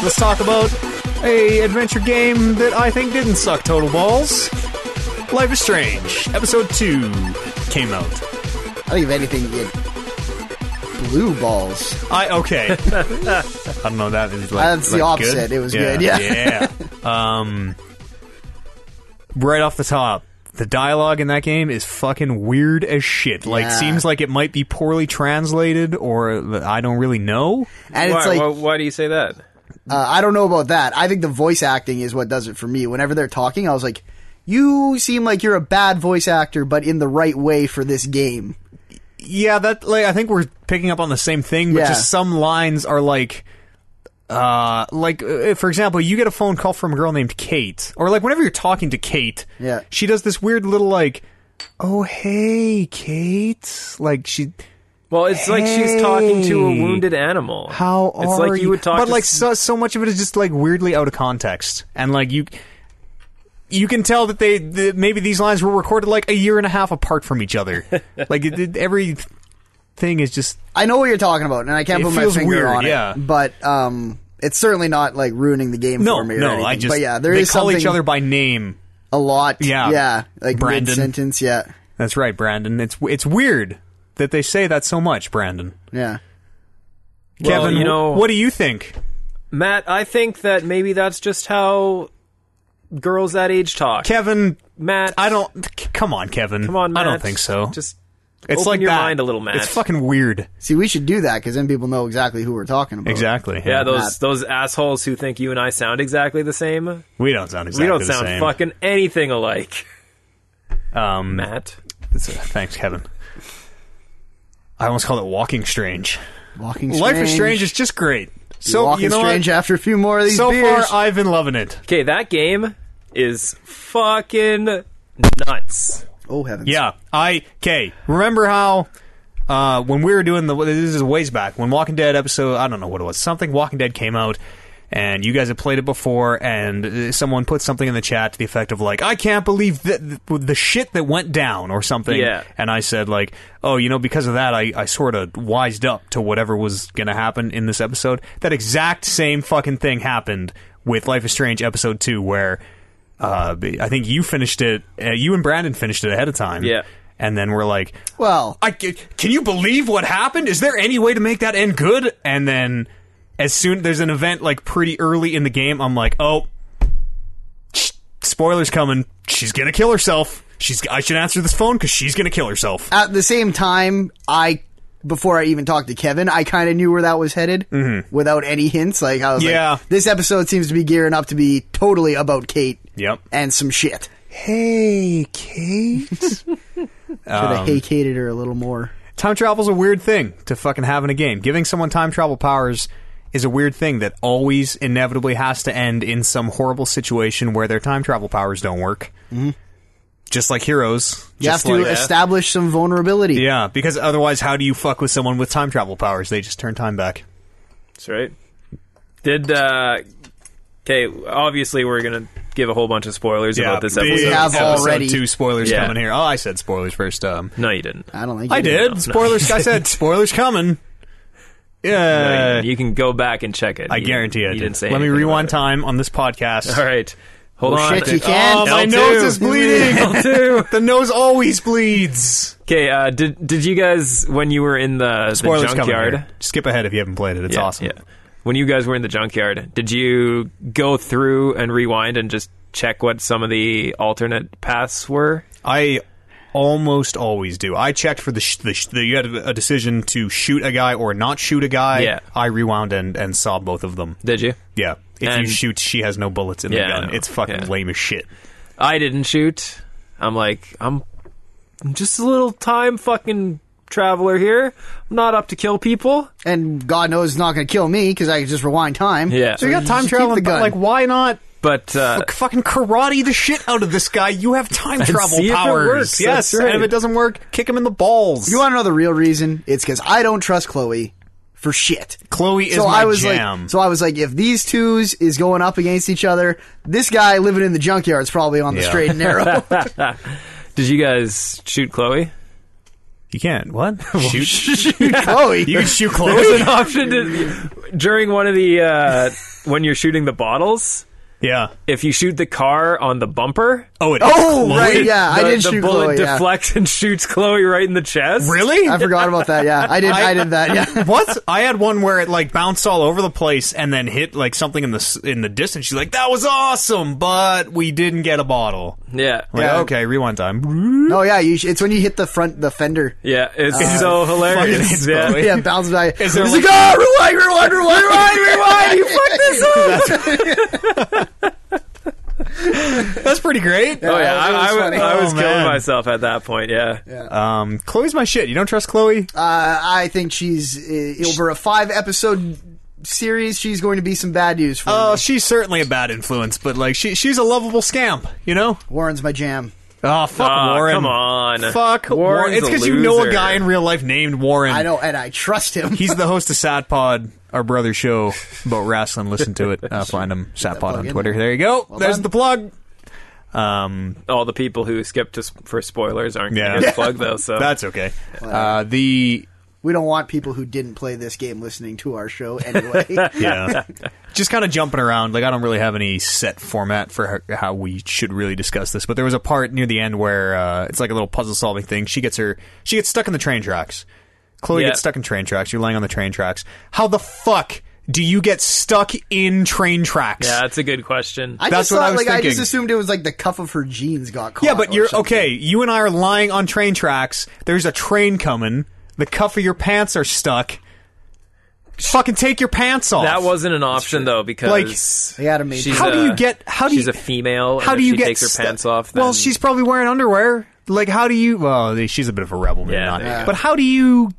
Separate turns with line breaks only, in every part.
Let's talk about a adventure game that I think didn't suck total balls. Life is Strange, episode two, came out.
I don't even have anything in blue balls.
I okay. I don't know. That is like
That's the
like
opposite. It was good, yeah.
yeah. Um, right off the top, the dialogue in that game is fucking weird as shit. Like,
Yeah.
seems like it might be poorly translated, or th- I don't really know.
And
why,
it's like,
why, why do you say that?
uh, I don't know about that. I think the voice acting is what does it for me. Whenever they're talking, I was like, you seem like you're a bad voice actor, but in the right way for this game.
Yeah, that like I think we're picking up on the same thing, but
Yeah.
just some lines are like. Uh, like uh, for example, you get a phone call from a girl named Kate, or like whenever you're talking to Kate,
Yeah.
she does this weird little like, "Oh hey, Kate," like she
Well, it's like she's talking to a
Hey.
wounded animal.
How are
it's like you, would talk,
But
to
like
s-
so, so much of it is just like weirdly out of context, and like you, you can tell that they that maybe these lines were recorded like a year and a half apart from each other. like it, it, every thing is just
I know what you're talking about, and I can't
It
put my
feels
finger
weird,
on it.
yeah.
But um, it's certainly not like ruining the game
no,
for me. Or
no.
anything.
I just
but yeah, there is
they call
something
each other by name.
a lot.
Yeah.
yeah, like
Brandon.
mid sentence. Yeah,
That's right, Brandon. It's it's weird that they say that so much, Brandon.
yeah.
Well,
Kevin,
you know-
what do you think?
Matt. I think that maybe that's just how girls that age talk.
Kevin,
Matt,
I don't. c- Come on, Kevin.
Come on, Matt.
I don't think so.
Just
it's
open
like
your
that.
mind a little, Matt.
It's fucking weird.
See, we should do that because then people know exactly who we're talking about.
Exactly.
Oh. yeah, those
Matt.
those assholes who think you and I sound exactly the same.
we don't sound exactly
we don't
the
sound
same.
fucking anything alike,
Um,
Matt.
it's- uh, thanks, Kevin. I almost called it Walking Strange.
Walking
Life is Strange is just great. So
Walking
you know
Strange
what?
after a few more of these
So
beers.
far, uh, I've been loving it.
Okay, that game is fucking nuts.
oh heavens!
Yeah, I okay. Remember how uh, when we were doing the this is ways back when Walking Dead episode I don't know what it was something Walking Dead came out and you guys had played it before and uh, someone put something in the chat to the effect of like I can't believe the the, the shit that went down or something
Yeah.
and I said like oh you know because of that I I sort of wised up to whatever was gonna happen in this episode that exact same fucking thing happened with Life is Strange episode two where. Uh, I think you finished it. Uh, you and Brandon finished it ahead of time.
Yeah.
And then we're like,
Well,
I ca- can you believe what happened? Is there any way to make that end good? And then as soon there's an event like pretty early in the game, I'm like, oh, sh- spoilers coming. She's gonna kill herself. She's. I should answer this phone because she's gonna kill herself.
at the same time, I before I even talked to Kevin, I kind of knew where that was headed without any hints. Like I was
Mm-hmm. Yeah.
like, this episode seems to be gearing up to be totally about Kate
Yep.
and some shit.
Hey, Kate.
Should
Um,
have hey Kated her a little more.
time travel's a weird thing to fucking have in a game. Giving someone time travel powers is a weird thing that always inevitably has to end in some horrible situation where their time travel powers don't work. Mm-hmm. Just like heroes.
You
just
have to
like-
establish some vulnerability.
yeah, because otherwise, how do you fuck with someone with time travel powers? They just turn time back.
That's right. Did uh okay, obviously we're going to give a whole bunch of spoilers about this
big
episode.
We have
episode
already.
two spoilers
Yeah.
coming here. Oh, I said spoilers first. Um,
Oh, No, you didn't.
I don't think
I
you
did. spoilers. I said spoilers coming.
No, you
Yeah,
didn't. Uh, You can go back and check it.
I
You-
guarantee
you
I did.
didn't say
Let me
anything about
rewind
it.
time on this podcast.
All right. Hold
Oh,
on.
shit, you can't.
Oh, my
L2.
nose is bleeding.
L2.
the nose always bleeds.
Okay, uh, did did you guys when you were in the, the
Spoilers coming.
junkyard?
here. Skip ahead if you haven't played it. It's
Yeah,
awesome.
Yeah. When you guys were in the junkyard, did you go through and rewind and just check what some of the alternate paths were?
I almost always do. I checked for the, sh- the, sh- the you had a decision to shoot a guy or not shoot a guy.
Yeah.
I rewound and and saw both of them.
Did you?
Yeah. If
And-
you shoot, she has no bullets in
Yeah, I
the gun.
know.
It's fucking
Yeah.
lame as shit.
I didn't shoot. I'm like, I'm, I'm just a little time fucking traveler here. I'm not up to kill people.
And God knows it's not going to kill me because I could just rewind time.
Yeah. So you
just keep the gun.
why not?
But uh,
fucking karate the shit out of this guy. You have time travel
see if it
powers.
works.
Yes,
That's right.
and if it doesn't work, kick him in the balls.
you want to know the real reason? It's because I don't trust Chloe for shit.
Chloe is
so
my
I was
jam.
like, so I was like, if these twos is going up against each other, this guy living in the junkyard is probably on the
Yeah.
straight and narrow.
did you guys shoot Chloe?
you can't. What? Shoot.
Chloe, Oh,
You can shoot Chloe.
There's an option. To, during one of the uh, when you're shooting the bottles,
Yeah.
if you shoot the car on the bumper,
Oh, it
Oh, right,
Yeah.
yeah, I
the-
did
the
shoot
bullet
Chloe. yeah.
deflects and shoots Chloe right in the chest.
Really?
I forgot about that. Yeah, I did. I, did that. Yeah.
what? I had one where it like bounced all over the place and then hit like something in the s- in the distance. She's like, "That was awesome," but we didn't get a bottle.
Yeah.
Like,
Yeah.
okay, rewind time.
No, yeah. You sh- it's when you hit the front, the fender.
Yeah, it's so hilarious.
hits,
Yeah.
Chloe.
Yeah, it bounces by.
Is there
It's
like-
like, "Ah, rewind, rewind, rewind, rewind, rewind. You fucked this up.
That's pretty great.
Oh yeah,
that
I,
was
I, was,
funny.
I
Oh,
was killing
man.
myself at that point. Yeah,
Um, Chloe's my shit. You don't trust Chloe?
Uh, I think she's uh, over a five episode series. She's going to be some bad news for
Oh,
me.
she's certainly a bad influence, but like she she's a lovable scamp, you know?
Warren's my jam.
Oh, fuck
Aw,
Warren.
Ah, come on.
Fuck Warren.
Warren's
It's
a
because you know a
loser.
guy in real life named Warren.
I know, and I trust him.
He's the host of Sad Pod, our brother show about wrestling. Listen to it. Uh, find him Sad Pod
plug
on
in
Twitter.
there.
There you go. There's
done.
the plug. Um,
all the people who skip to s- for spoilers aren't going to
Yeah.
get the plug though. So
that's okay. Uh, the
we don't want people who didn't play this game listening to our show anyway.
yeah, just kind of jumping around. Like I don't really have any set format for how, how we should really discuss this. But there was a part near the end where uh, it's like a little puzzle solving thing. She gets her she gets stuck in the train tracks. Chloe
Yeah.
gets stuck in train tracks. You're laying on the train tracks. How the fuck do you get stuck in train tracks?
yeah, that's a good question.
I
That's
just
what
thought,
I was
like, I just
thinking.
assumed it was like the cuff of her jeans got caught.
Yeah, but
or
you're
something.
okay. You and I are lying on train tracks. There's a train coming. The cuff of your pants are stuck. Fucking take your pants off.
that wasn't an option though because
Like-
They had him made.
she's
How do you
a-
get- how do
she's
you-
a female?
How
and
do
if
you
she
get
takes her
stu-
pants off? Then
Well, she's probably wearing underwear. Like, how do you? Well, she's a bit of a rebel, maybe
Yeah,
not.
there you go.
But how do you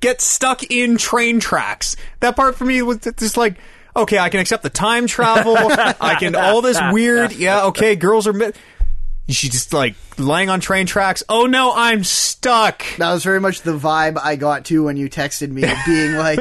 get stuck in train tracks? That part for me was just like. Okay, I can accept the time travel. I can all this weird. Yeah, okay, girls are. Mi- she's just like lying on train tracks. Oh no, I'm stuck.
That was very much the vibe I got too when you texted me, being like,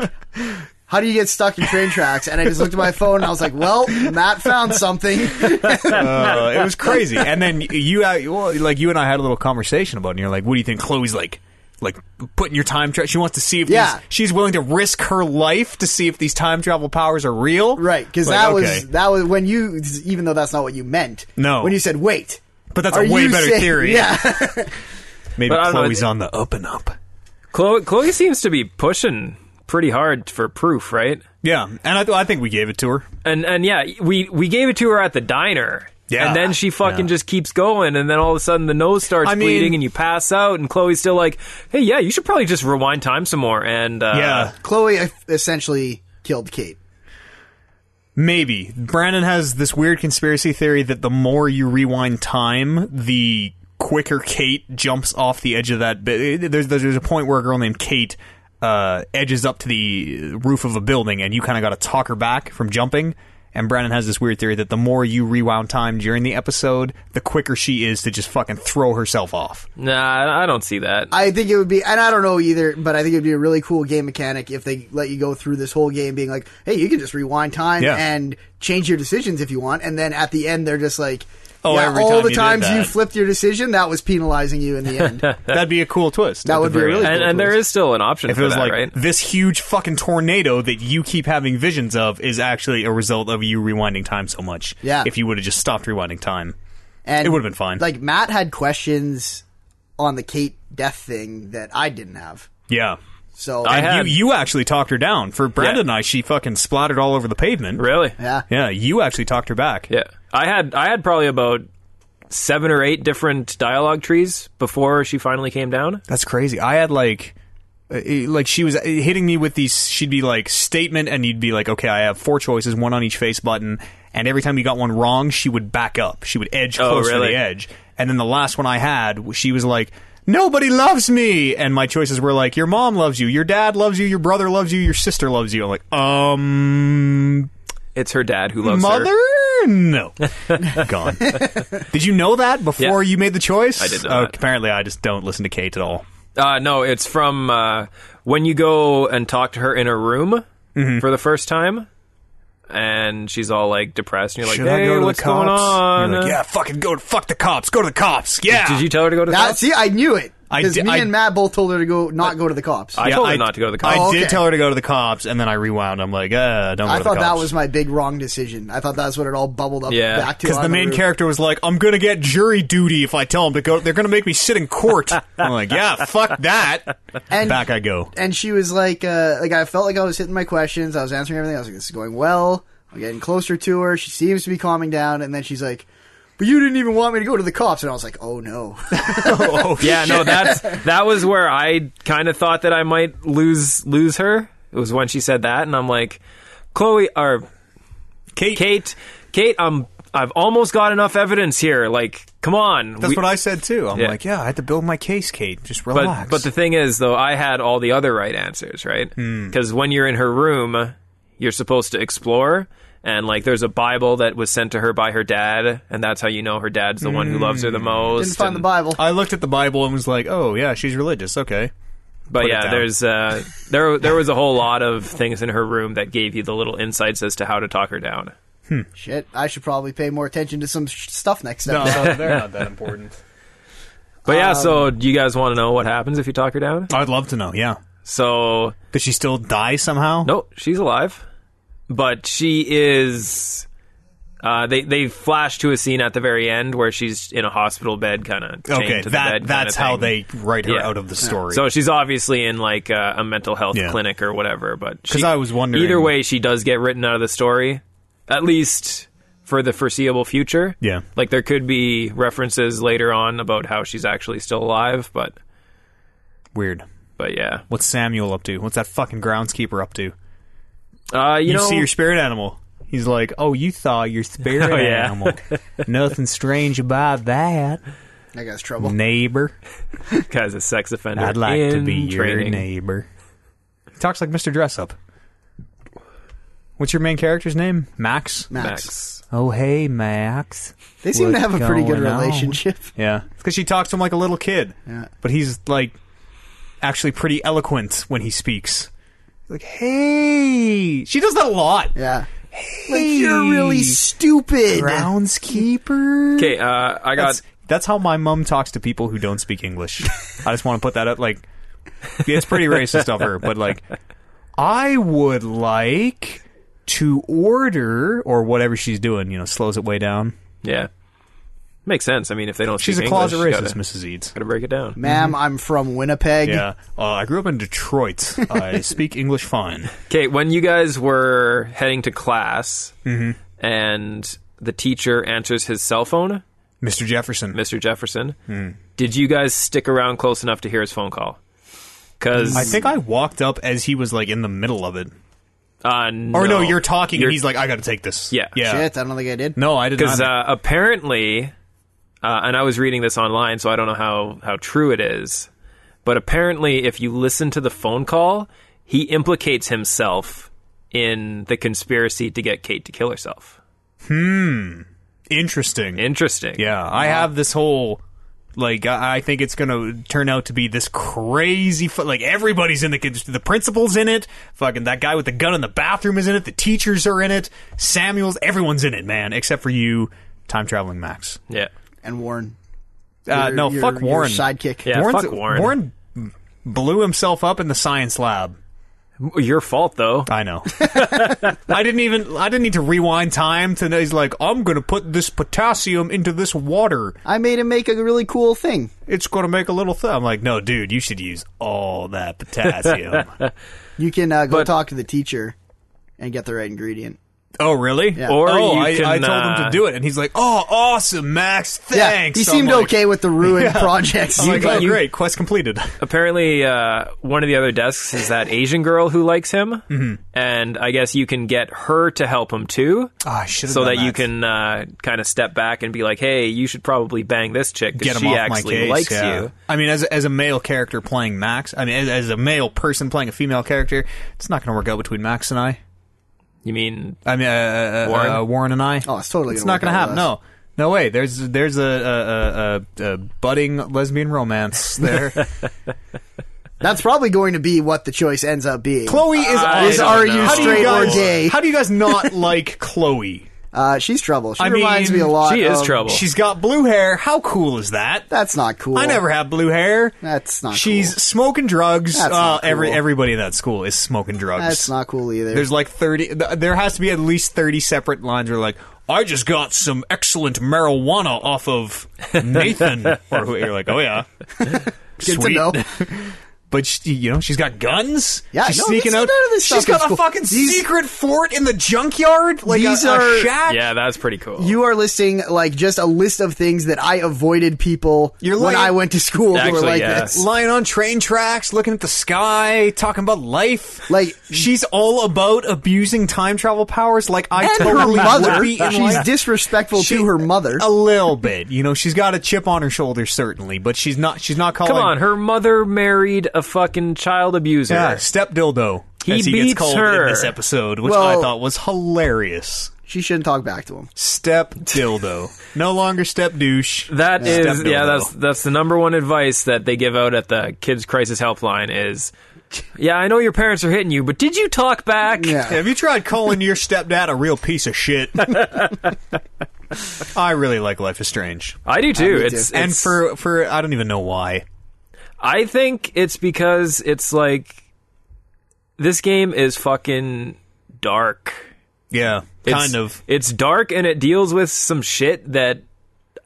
"How do you get stuck in train tracks?" And I just looked at my phone and I was like, "Well, Matt found something."
Uh, it was crazy. And then you, uh, well, like you and I had a little conversation about, it, and you're like, "What do you think Chloe's like?" Like putting your time travel. She wants to see if
Yeah.
these, she's willing to risk her life to see if these time travel powers are real.
Right, because
Like,
that
okay.
was that was when you, even though that's not what you meant.
No.
when you said wait,
But that's a
are
way
you
better
saying-
theory.
Yeah,
Maybe
But I don't know,
Chloe's
it-
on the up and up.
Chloe, Chloe seems to be pushing pretty hard for proof, right?
Yeah, and I, th- I think we gave it to her.
And and yeah, we we gave it to her at the diner.
Yeah.
And then she fucking
Yeah.
just keeps going, and then all of a sudden the nose starts
I mean-
bleeding, and you pass out, and Chloe's still like, "Hey, yeah, you should probably just rewind time some more." And uh,
yeah,
Chloe eff- essentially killed Kate.
Maybe. Brandon has this weird conspiracy theory that the more you rewind time, the quicker Kate jumps off the edge of that. Bi- there's, there's a point where a girl named Kate uh, edges up to the roof of a building, and you kind of got to talk her back from jumping. And Brandon has this weird theory that the more you rewound time during the episode, the quicker she is to just fucking throw herself off.
nah, I don't see that.
I think it would be, and I don't know either, but I think it would be a really cool game mechanic if they let you go through this whole game being like, hey, you can just rewind time
Yeah.
and change your decisions if you want, and then at the end they're just like,
Oh,
yeah,
every time
all the
you did
times you
that.
flipped your decision, that was penalizing you in the end. that
That'd be a cool twist. at the
would be a
very
really
end.
cool.
and and there
twist.
is still an option
If
for
it was
that,
like
right?
this huge fucking tornado that you keep having visions of is actually a result of you rewinding time so much.
Yeah.
If you would have just stopped rewinding time.
and
it would've been fine.
Like Matt had questions on the Kate death thing that I didn't have,
Yeah.
so
I
And
had-
you you actually talked her down. For Brandon and I, she fucking splattered all over the pavement.
Really?
yeah.
Yeah, you actually talked her back.
Yeah. I had I had probably about seven or eight different dialogue trees before she finally came down.
That's crazy. I had like uh, like she was uh, hitting me with these she'd be like statement and you'd be like okay I have four choices one on each face button and every time you got one wrong she would back up she would edge
Oh,
closer to
really?
the edge and then the last one I had she was like nobody loves me and my choices were like your mom loves you your dad loves you your brother loves you your sister loves you I'm like um
It's her dad who loves her.
mother no gone did you know that before you made the choice I
did know that.
apparently I just don't listen to Kate at all
Uh, no, it's from uh, when you go and talk to her in her room
Mm-hmm.
for the first time, and she's all like depressed. And you're like,
Should
"Hey,
I go to
what's
the cops?
going on?"
You're like, yeah, fucking go fuck the cops. Go to the cops. Yeah.
Did you tell her to go to the
That,
cops?
see, I knew it.
I
Because
di-
me
I-
and Matt both told her to go, not go to the cops.
I
Yeah,
told her
I-
not to go to the
I
cops.
Oh, okay.
did tell her to go to the cops, and then I rewound. I'm like, uh, don't. Go to
I
the
thought that
cops.
was my big wrong decision. I thought that's what it all bubbled up
Yeah,
back to.
because
on
the main
roof.
character was like, "I'm gonna get jury duty if I tell them to go. They're gonna make me sit in court." I'm like, "Yeah, fuck that."
And-
back I go.
and she was like, uh, like I felt like I was hitting my questions. I was answering everything. I was like, this is going well. I'm getting closer to her. She seems to be calming down. And then she's like, but you didn't even want me to go to the cops. And I was like, oh no.
Oh,
yeah, no, that's that was where I kind of thought that I might lose lose her. It was when she said that, and I'm like, Chloe or
Kate.
Kate, Kate, I'm I've almost got enough evidence here. Like, come on.
That's
We-
what I said too. I'm
Yeah.
like, "Yeah, I had to build my case, Kate. Just relax."
but but the thing is, though, I had all the other right answers, right?
Hmm.
Because when you're in her room, you're supposed to explore. And like, there's a Bible that was sent to her by her dad, and that's how you know her dad's the one who loves
Hmm.
her the most.
Didn't find the
and-
Bible.
I looked at the Bible and was like, "Oh yeah, she's religious. Okay."
But
Put it
yeah,
down.
there's uh, there there was a whole lot of things in her room that gave you the little insights as to how to talk her down.
Shit, I should probably pay more attention to some sh- stuff next
No,
episode.
they're not that important.
But yeah, so
Um,
do you guys want to know what happens if you talk her down?
I'd love to know. Yeah,
So
could she still die somehow?
no, she's alive, but she is. Uh, they they flash to a scene at the very end where she's in a hospital bed, kind of chained
Okay,
to the
that
bed. kinda
that's how
thing.
they write her
Yeah.
out of the story.
So she's obviously in like uh, a mental health
Yeah.
clinic or whatever. But
'Cause
she-
I was wondering-
Either way, she does get written out of the story, at least for the foreseeable future.
Yeah.
like there could be references later on about how she's actually still alive. But
Weird.
but yeah,
What's Samuel up to? What's that fucking groundskeeper up to?
uh, you,
you,
know,
see your spirit animal. He's like, oh, you thought your spirit
Oh, yeah.
animal. Nothing strange about that,
That guy's trouble.
neighbor.
guy's a sex offender.
I'd like to
in
be your
training.
neighbor. He talks like Mr. Dress Up. What's your main character's name? Max.
Max.
Max.
Oh, hey, Max.
They seem to
What's
have a pretty good
going on?
relationship.
Yeah, because she talks to him like a little kid.
Yeah.
but he's like actually pretty eloquent when he speaks. He's like, hey, she does that a lot.
Yeah. Like, you're really
Hey.
stupid.
Groundskeeper.
Okay, uh, I got
That's, that's how my mom talks to people who don't speak English. I just want to put that up. Like, it's pretty racist of her, but like, I would like to order or whatever she's doing. You know, slows it way down.
yeah. Makes sense. I mean, if they don't,
She's
speak
a closet
English,
racist,
Gotta,
Mrs. Eads.
gotta break it down.
Mm-hmm.
Ma'am, I'm from Winnipeg.
Yeah, uh, I grew up in Detroit. I speak English fine.
Okay, when you guys were heading to class
Mm-hmm.
and the teacher answers his cell phone,
Mr. Jefferson.
Mr. Jefferson,
Hmm.
did you guys stick around close enough to hear his phone call? Because
I think I walked up as he was like in the middle of it.
uh, no.
Or Oh, no, you're talking,
You're-
and he's like, "I got to take this."
Yeah.
yeah.
Shit, I don't think I did.
No, I did
because
not.
uh, apparently, uh, and I was reading this online, so I don't know how how true it is, but apparently, if you listen to the phone call, he implicates himself in the conspiracy to get Kate to kill herself.
Interesting.
Interesting.
Yeah, I have this whole like I I think it's going to turn out to be this crazy fu- like everybody's in the cons- the principal's in it, fucking that guy with the gun in the bathroom is in it, the teachers are in it, Samuel's everyone's in it, man, except for you time traveling Max.
Yeah.
And Warren.
Uh,
Your-
no,
your-
fuck
your
Warren.
sidekick.
Yeah,
Warren's-
fuck Warren.
Warren blew himself up in the science lab.
Your fault though.
I know. I didn't even. I didn't need to rewind time to know. He's like, I'm gonna put this potassium into this water.
I made him make a really cool thing.
It's gonna make a little thing. I'm like, no, dude, you should use all that potassium.
You can uh, go
But-
talk to the teacher and get the right ingredient.
oh, really?
Or
oh,
you
I,
can,
I told him
uh,
to do it, and he's like, oh, awesome, Max. Thanks.
Yeah, he
I'm
seemed
like,
okay with the ruined projects.
I'm like,
You-
oh,
you-
great, quest completed.
Apparently, uh, one of the other desks is that Asian girl who likes him,
Mm-hmm.
and I guess you can get her to help him too,
Ah, I should
so that you can uh, kind of step back and be like, "Hey, you should probably bang this chick
get
because
him
she
off my
actually
case.
likes
yeah.
you."
I mean, as a, as a male character playing Max, I mean, as, as a male person playing a female character, it's not gonna work out between Max and I.
You mean
I mean, uh, uh, Warren?
Warren?
Uh, Warren and I.
Oh, it's totally
It's
gonna
not
work
going to
out
happen.
with us.
No, no way. There's there's a a, a, a, a budding lesbian romance there.
That's probably going to be what the choice ends up being.
Chloe is
I
awesome.
don't Is- are you
know.
straight or
guys,
gay?
How do you guys not like Chloe?
Uh, she's trouble. She
I
reminds
mean,
me a lot.
she is
of-
trouble.
She's got blue hair. How cool is that?
That's not cool.
I never have blue hair.
That's not.
She's
cool.
smoking drugs.
That's
uh,
not cool.
Every everybody in that school is smoking drugs.
That's not cool either.
There's like thirty. th- There has to be at least thirty separate lines. Where like, I just got some excellent marijuana off of Nathan, or who you're like, oh yeah,
Good
sweet.
to know.
But she, you know, she's got guns.
Yeah,
she's
no,
sneaking
this-
out.
none of this
she's
stuff is
got a
cool.
fucking
These-
secret fort in the junkyard, like
These
a, a
are-
shack.
Yeah, that's pretty cool.
You are listing like just a list of things that I avoided people
You're
when
like-
I went to school who were
Actually,
like
yeah.
this.
lying on train tracks, looking at the sky, talking about life.
Like-
she's all about abusing time travel powers. Like I
And her
totally would
mother,
be in
she's
life.
disrespectful
She-
to her mother.
a little bit. You know, she's got a chip on her shoulder certainly, but she's not. She's not calling.
Come on, her mother married a fucking child abuser.
yeah, step dildo.
He
as he
beats
gets called
her.
in this episode, which I
Well-
thought was hilarious.
She shouldn't talk back to him.
Step dildo, no longer step douche.
That is,
Step
yeah.
dildo.
that's that's the number one advice that they give out at the kids crisis helpline is, yeah, I know your parents are hitting you, but did you talk back?
Yeah.
Have you tried calling your stepdad a real piece of shit? I really like Life is Strange.
I do
me
too.
too.
it's,
and
it's-
for for I don't even know why.
I think it's because it's like this game is fucking dark.
Yeah,
It's-
kind of.
It's dark and it deals with some shit that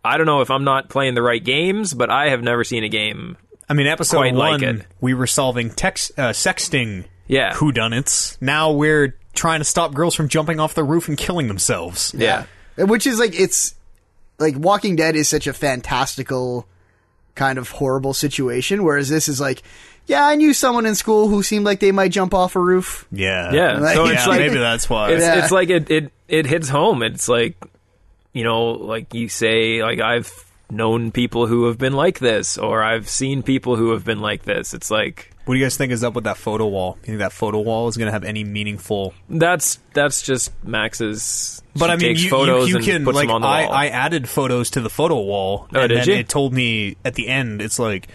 I don't know if I'm not playing the right games, but I have never seen a game.
I mean, episode
quite
one,
like it.
we were solving text uh, sexting.
Yeah.
whodunits. Now we're trying to stop girls from jumping off the roof and killing themselves.
Yeah.
Which is like it's like Walking Dead is such a fantastical kind of horrible situation, whereas this is like, yeah, I knew someone in school who seemed like they might jump off a roof.
Yeah,
Yeah, so
Yeah,
it's like-
maybe that's why.
It's,
Yeah.
it's like it, it it hits home. It's like you know, like you say, like I've known people who have been like this, or I've seen people who have been like this. It's like
what do you guys think is up with that photo wall? You think that photo wall is going to have any meaningful?
that's that's just Max's.
But
she
I mean,
takes
you,
photos
you, you
and
can
puts
like
them on the
I,
wall.
I added photos to the photo wall,
Oh,
and
did
then
you?
it told me at the end it's like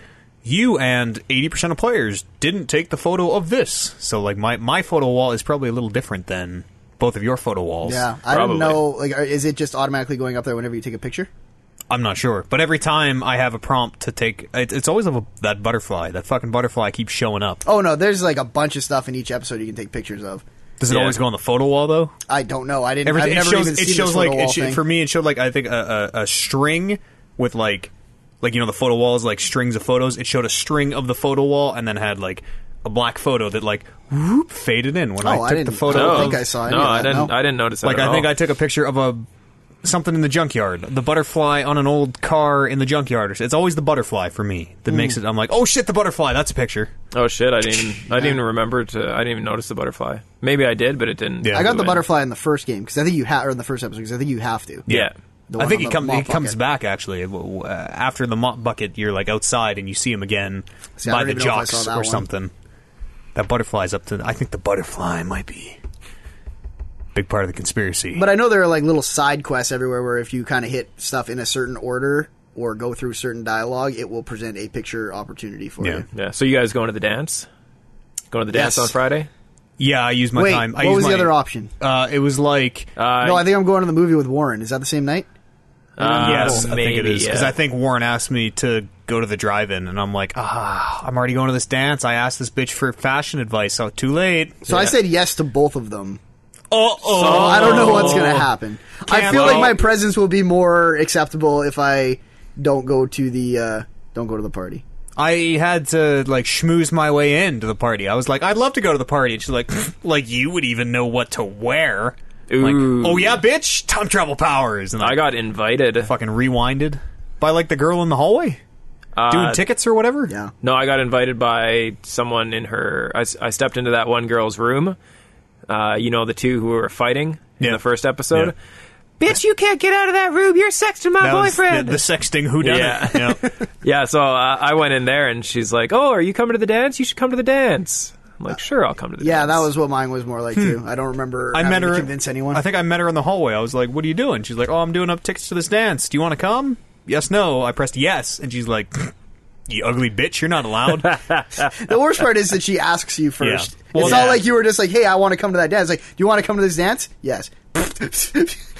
you and eighty percent of players didn't take the photo of this. So like my my photo wall is probably a little different than both of your photo walls.
Yeah, I
Probably.
don't know. Like, are- is it just automatically going up there whenever you take a picture?
I'm not sure, but every time I have a prompt to take, it, it's always of a, that butterfly. That fucking butterfly keeps showing up.
Oh no, there's like a bunch of stuff in each episode you can take pictures of.
Does it
Yeah.
always go on the photo wall though?
I don't know. I didn't.
Every,
I've
it
never
shows.
even
It
seen
shows
this
like
wall
it sh-
thing.
for me, it showed like I think a, a, a string with like, like you know the photo wall is like strings of photos. It showed a string of the photo wall and then had like a black photo that like whoop faded in when
Oh, I
I took the
didn't-
photo.
I don't
of-
think I saw any
no,
of
I
that,
didn't.
no.
I didn't notice that.
Like
at
I think
all.
I took a picture of a something in the junkyard, the butterfly on an old car in the junkyard. It's always the butterfly for me that
Hmm.
makes it. I'm like, oh shit, the butterfly. That's a picture.
Oh shit! I didn't. Even, I didn't even remember to. I didn't even notice the butterfly. Maybe I did, but it didn't.
Yeah.
I got
do
the
it.
butterfly in the first game because I think you have, or in the first episode because I think you have to.
Yeah.
The
I
one
think
on
he
the
comes. He
mop
comes
bucket.
back actually w- w- uh, after the mop bucket. You're like outside and you see him again
See, I
by
don't
the
even know if I saw
jocks
that
or
one.
something. That butterfly's up to. I think the butterfly might be a big part of the conspiracy.
But I know there are like little side quests everywhere where if you kind of hit stuff in a certain order or go through certain dialogue, it will present a picture opportunity for
Yeah.
you.
Yeah. So you guys going to the dance? Going to the dance
Yes.
on Friday?
yeah, I used my
Wait,
time. I
what
used
was
my,
the other option?
Uh, it was like
Uh,
no, I think I'm going to the movie with Warren. Is that the same night?
uh,
yes, I think it
maybe,
is because
yeah.
I think Warren asked me to go to the drive-in, and I'm like, ah, I'm already going to this dance. I asked this bitch for fashion advice, so too late.
So I
Yeah.
said yes to both of them.
Oh, oh,
So I don't know what's going to happen. I
Can't
feel like
vote.
my presence will be more acceptable if I don't go to the uh, don't go to the party.
I had to like schmooze my way into the party. I was like, I'd love to go to the party, and she's like, like you would even know what to wear. I'm
Ooh.
Like, oh yeah, bitch, time travel powers, and I,
I
got
got invited.
fucking rewinded by like the girl in the hallway doing
Uh,
tickets or whatever.
Yeah.
No, I got invited by someone in her. I, s- I stepped into that one girl's room. Uh, you know, the two who were fighting in
Yeah.
the first episode. Bitch, you can't get out of that room. You're sexting my
That was
boyfriend.
the, the sexting who done
Yeah.
it.
yeah, so uh, I went in there and she's like, Oh, are you coming to the dance? You should come to the dance. I'm like, Sure, I'll come to the
Yeah,
dance.
that was what mine was more like too. I don't remember.
Hmm. I
having
met
to
her.
Convince anyone?
I think I met her in the hallway. I was like, "What are you doing?" She's like, "Oh, I'm doing up tickets to this dance. Do you want to come?" Yes, no. I pressed yes, and she's like, you ugly bitch, you're not allowed.
The worst part is that she asks you first.
Yeah. Well,
it's
yeah.
not like you were just like, "Hey, I want to come to that dance." Like, do you want to come to this dance? Yes.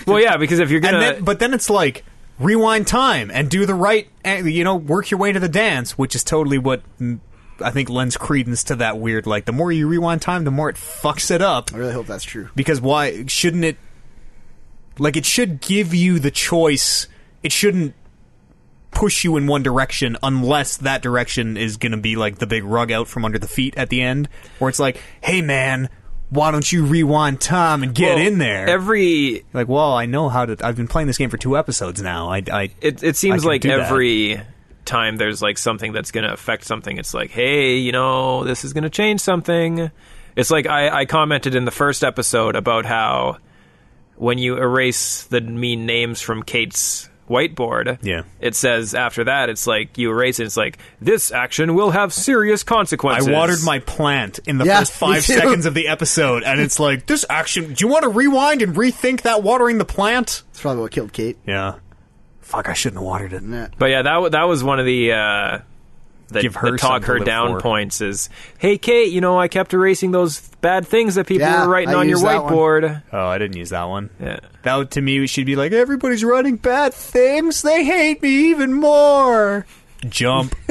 Well, yeah, because if you're
and
gonna,
then, but then it's like rewind time and do the right, and, you know, work your way to the dance, which is totally what mm, I think lends credence to that weird. Like the more you rewind time, the more it fucks it up.
I really hope that's true.
Because why shouldn't it? Like it should give you the choice. It shouldn't push you in one direction unless that direction is going to be like the big rug out from under the feet at the end, where it's like, hey man, why don't you rewind time and get
well,
in there?
Every
like, well, I know how to. I've been playing this game for two episodes now. I, I
it it
I
seems
can
like
do that.
every time there's like something that's going to affect something it's like hey you know this is going to change something it's like I, I commented in the first episode about how when you erase the mean names from kate's whiteboard
Yeah.
it says after that it's like you erase it it's like this action will have serious
I
consequences
watered my plant in the
Yeah,
first five
me too.
seconds of the episode, and it's like this action. Do you want to rewind and rethink that watering the plant?
That's probably what killed Kate.
Yeah. Fuck! I shouldn't have watered it.
Yeah.
But yeah, that wa- that was one of the uh, the,
Give her
the
something
talk
to
her
live
down
for.
points is, hey Kate, you know I kept erasing those bad things that people
Yeah,
were writing
I
on your
used that one.
whiteboard.
Oh, I didn't use that one.
Yeah.
That would- to me should be like everybody's writing bad things. They hate me even more. Jump.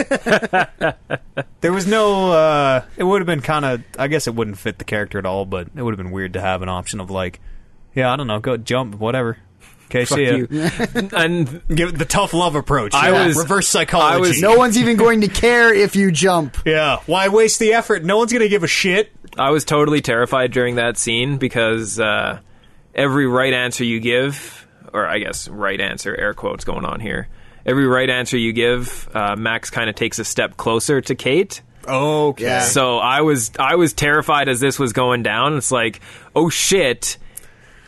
there was no. uh It would have been kind of. I guess it wouldn't fit the character at all, but it would have been weird to have an option of like, yeah, I don't know, go jump, whatever. Okay,
Fuck
see ya.
you. and
Give the tough love approach.
I
Yeah.
was-
reverse
I
psychology.
was-
No one's even going to care if you jump.
yeah. Why waste the effort? No one's gonna give a shit.
I was totally terrified during that scene because uh, every right answer you give, or I guess right answer, air quotes going on here. Every right answer you give, uh, Max kind of takes a step closer to Kate.
Okay.
Yeah.
So I was I was terrified as this was going down. It's like, oh shit.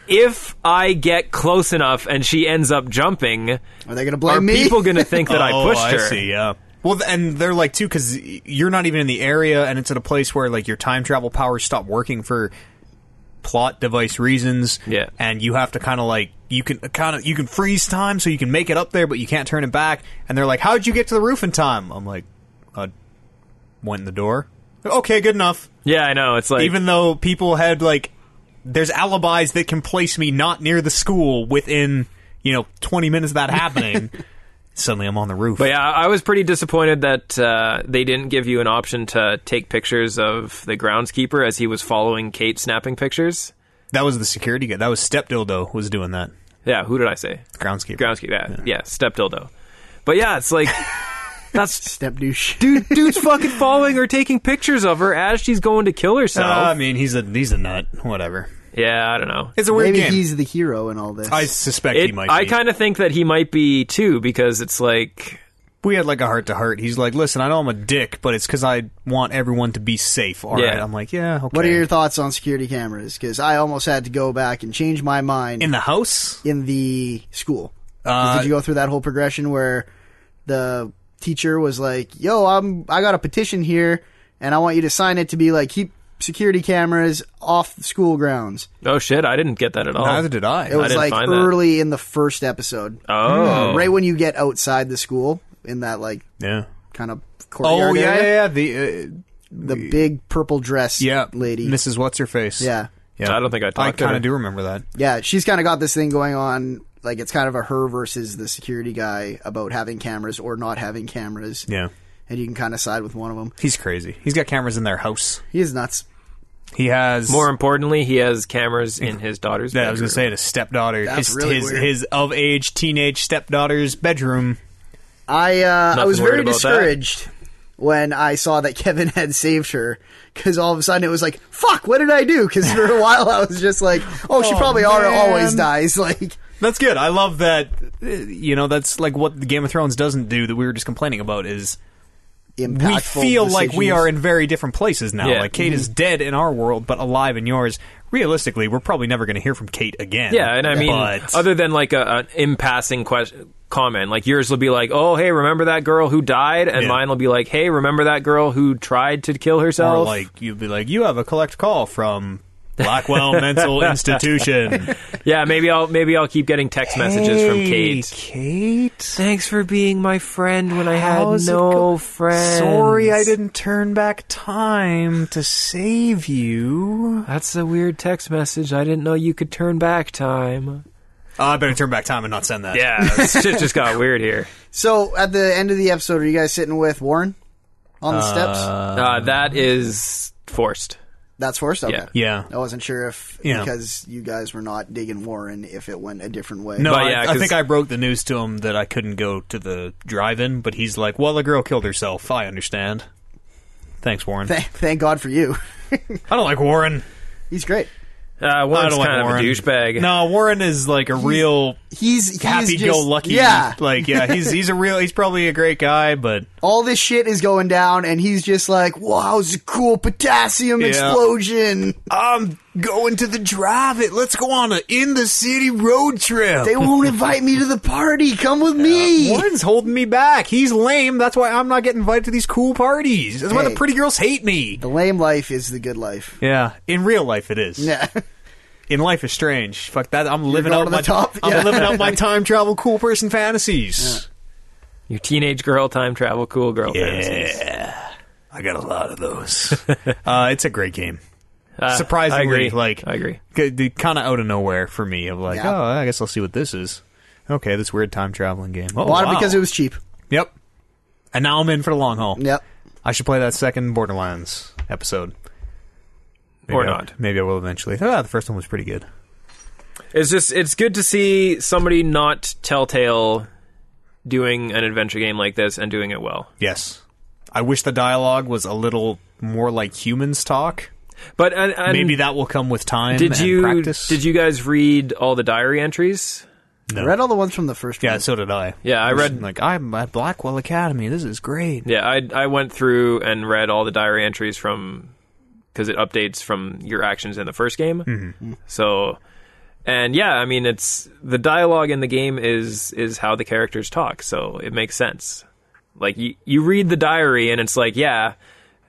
If I get close enough and she ends up jumping,
Are they going to
are
blame me?
people going to think that I
Oh,
pushed her?
see, yeah. Well, th- and they're like too because you're not even in the area, and it's at a place where like your time travel powers stop working for plot device reasons.
Yeah.
and you have to kind of like you can kind of you can freeze time, so you can make it up there, but you can't turn it back. And they're like, "How'd you get to the roof in time?" I'm like, "I went in the door." Okay, good enough.
Yeah, I know. It's like
even though people had like, there's alibis that can place me not near the school within you know 20 minutes of that happening. Suddenly, I'm on the roof.
But yeah, I was pretty disappointed that uh, they didn't give you an option to take pictures of the groundskeeper as he was following Kate snapping pictures.
That was the security guy. That was Step Dildo was doing that.
Yeah, who did I say?
Groundskeeper. Uh,
Groundskeeper. Yeah, yeah, step dildo. But yeah, it's like that's
Step douche.
dude, dude's fucking following or taking pictures of her as she's going to kill
Uh,
herself.
I mean, he's a he's a nut. Whatever.
yeah, I don't know.
It's a weird
Maybe
game.
he's the hero in all this.
I suspect he
It,
might.
I
be.
kind of think that he might be too because it's like
we had like a heart to heart. He's like, listen, I know I'm a dick, but it's because I want everyone to be safe. All
Yeah.
right. I'm like, yeah. Okay.
what are your thoughts on security cameras? Because I almost had to go back and change my mind
in
in,
the house?
the school. 'Cause
Uh,
did you go through that whole progression where the teacher was like, "Yo, I'm I got a petition here, and I want you to sign it to be like keep security cameras off the school grounds."
oh shit, I didn't get that at all.
Neither did I.
It was
didn't
like
find that.
early in the first episode,
Hmm.
Oh.
right when you get outside the school in that like
yeah.
kind of courtyard
Oh yeah, yeah,
area.
yeah. The uh,
the big purple dress
yeah,
lady.
Mrs. What's her face?
yeah.
Yeah.
I don't think I talked
I
to her.
kind of do remember that.
Yeah, she's kind of got this thing going on. Like it's kind of a her versus the security guy about having cameras or not having cameras.
Yeah.
And you can kind of side with one of them.
He's crazy. He's got cameras in their house.
He is nuts.
He has
More importantly, he has cameras in his daughter's.
Yeah, I was
bedroom.
gonna say his stepdaughter,
That's
his
really
his,
weird.
his of age teenage stepdaughter's bedroom.
I uh, I
Nothing
was
worried
very
about that.
discouraged when I saw that Kevin had saved her because all of a sudden it was like, "Fuck, what did I do?" Because for a while I was just like, "Oh, she
Oh,
probably al-
man.
always dies." Like,
That's good. I love that. uh, You know, that's like what the Game of Thrones doesn't do that we were just complaining about is we
impactful.
feel like we
decisions. Mm-hmm.
are in very different places now.
Yeah.
Like Kate is dead in our world, but alive in yours. Realistically, we're probably never going to hear from Kate again.
Yeah, and I mean,
but
other than like a, an in passing question comment, like yours will be like, "Oh, hey, remember that girl who died?" and
Yeah.
mine will be like, "Hey, remember that girl who tried to kill
or
herself?"
like you'd be like, you have a collect call from Blackwell Mental Institution.
Yeah, maybe I'll maybe I'll keep getting text messages from Kate.
Kate.
Thanks for being my friend when I
How's it go- Sorry, I didn't turn back time to save you.
That's a weird text message. I didn't know you could turn back time.
Uh, I better turn back time and not send that.
Yeah, shit just got weird here.
So at the end of the episode, are you guys sitting with Warren on the steps?
Um,
Uh, that is forced.
That's forced. Okay.
yeah.
Yeah.
I wasn't sure if
Yeah.
because you guys were not digging Warren if it went a different way.
No,
But
I-
yeah,
I,
'cause-
think I broke the news to him that I couldn't go to the drive-in, but he's like, "Well, a girl killed herself. I understand." Thanks, Warren.
Thank, thank God for you.
I don't like Warren.
He's great.
Uh,
I
Warren's
don't like
kind
Warren.
of a douchebag.
No, Warren is like a real
He's he is
happy-go-lucky.
just- Yeah.
like yeah, he's he's a real. He's probably a great guy, but
All this shit is going down, and he's just like, "Wow, it's a cool potassium
Yeah.
explosion."
I'm going to the drive-in. Let's go on a in the city road trip.
They won't invite me to the party. Come with me.
Warren's holding me back. He's lame. That's why I'm not getting invited to these cool parties. That's why the
Hey.
pretty girls hate me.
The lame life is the good life.
Yeah, in real life it is.
Yeah.
in Life is Strange. Fuck that. I'm living
going
out
to the
my
top?
I'm
Yeah.
living out my time travel cool person fantasies.
Your teenage girl time travel cool girl fantasies.
I got a lot of those. uh, it's a great game. Surprisingly,
Uh, I agree.
like
I agree.
kind of out of nowhere for me. Of like,
Yeah.
oh, I guess I'll see what this is. Okay, this weird time traveling game. Oh,
Bought
wow.
it because it was cheap.
yep. And now I'm in for the long haul.
Yep.
I should play that second Borderlands episode. Maybe
Or
I-
not.
Maybe I will eventually. Ah, the first one was pretty good.
It's just it's good to see somebody not Telltale doing an adventure game like this and doing it well.
Yes. I wish the dialogue was a little more like humans talk.
But and, and
Maybe that will come with time
did
and
you
practice.
did you guys read all the diary entries?
No.
Read all the ones from the first
Yeah,
one.
so did I.
Yeah, I
was
read-
like I'm at Blackwell Academy. This is great.
Yeah, I I went through and read all the diary entries from because it updates from your actions in the first game. So, and yeah, I mean it's the dialogue in the game is is how the characters talk, so it makes sense. Like you you read the diary and it's like yeah.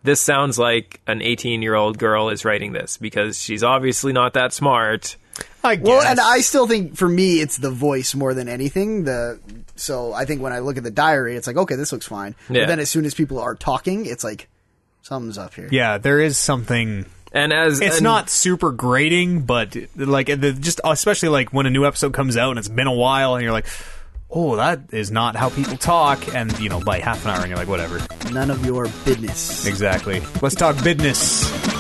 This sounds like an 18 year old girl is writing this because she's obviously not that smart.
I guess.
Well, and I still think for me it's the voice more than anything. The so I think when I look at the diary, it's like okay, this looks fine.
Yeah.
But then as soon as people are talking, it's like something's up here.
yeah, there is something.
And as
It's
and-
not super grating, but like the, just especially like when a new episode comes out and it's been a while, and you're like, oh, that is not how people talk. And you know, by half an hour, and you're like, whatever.
None of your business.
Exactly. Let's talk business.